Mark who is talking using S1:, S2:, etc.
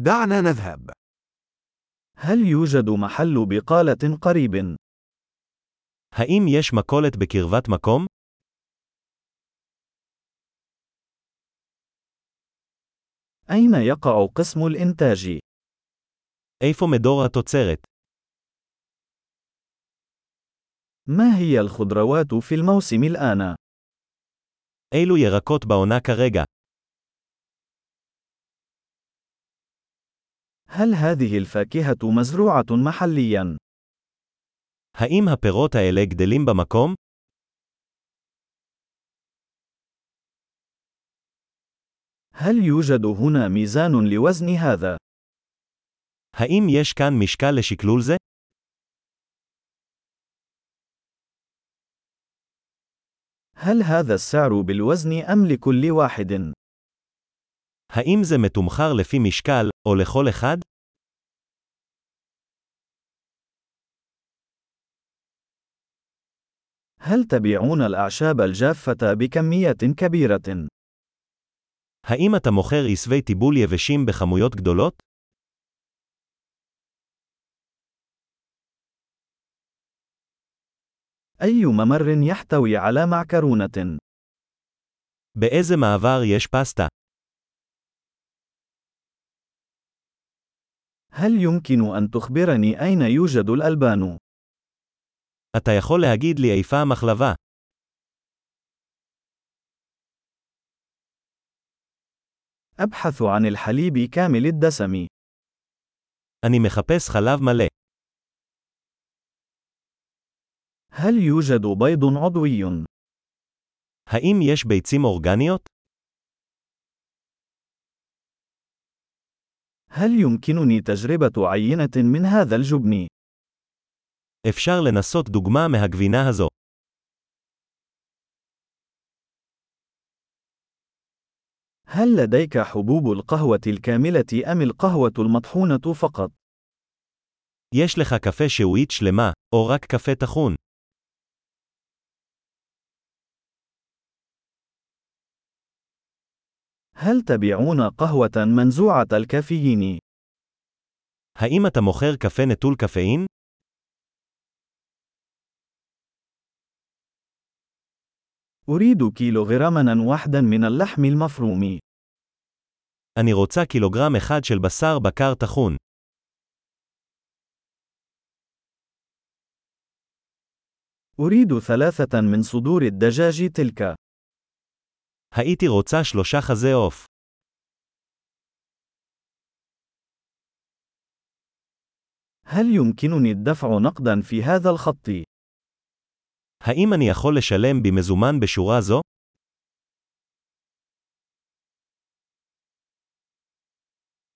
S1: دعنا نذهب.
S2: هل يوجد محل بقالة قريب؟
S3: האם יש מכולת בקרבת מקום?
S2: أين يقع قسم الإنتاج؟
S3: איפה מדור התוצרת?
S2: ما هي الخضروات في الموسم الآن؟
S3: אילו ירקות בעונה כרגע?
S2: هل هذه الفاكهة مزروعة محلياً؟
S3: האם הפירות האלה גדלים במקום?
S2: هل يوجد هنا ميزان لوزن هذا؟
S3: האם יש כאן משקל לשקלול זה?
S2: هل هذا السعر بالوزن أم لكل واحد؟
S3: האם זה מתומחר לפי משקל, או לכל אחד?
S2: هل تبيعون الأعشاب الجافة بكمية كبيرة؟
S3: האם אתה מוכר עשבי טיבול יבשים בכמויות גדולות?
S2: أي ممر يحتوي على معكرونة؟
S3: באיזה מעבר יש פסטה?
S2: هل يمكن أن تخبرني أين يوجد الألبان؟
S3: אתה יכול להגיד לי איפה המחלבה.
S2: أبحث عن الحليب كامل الدسم.
S3: אני מחפש חלב מלא.
S2: هل يوجد بيض عضوي؟
S3: האם יש ביצים אורגניות?
S2: هل يمكنني تجربة عينة من هذا الجبن؟
S3: אפשר לנסות דוגמה מהגבינה הזו.
S2: هل لديك حبوب القهوة الكاملة أم القهوة المطحونة فقط؟
S3: יש לך קפה שהועית שלמה, או רק קפה טחון.
S2: هل تبيعون قهوة منزوعة الكافيين؟
S3: האם אתה מוכר קפה נטול קפאין?
S2: أريد كيلوغراما واحدا من اللحم المفروم.
S3: אני רוצה קילוגרם אחד של בשר בקר טחון.
S2: أريد ثلاثة من صدور الدجاج تلك.
S3: הייתי רוצה שלושה חזה עוף.
S2: هل يمكنني الدفع نقدا في هذا الخط؟
S3: האם אני יכול לשלם במזומן בשורה זו?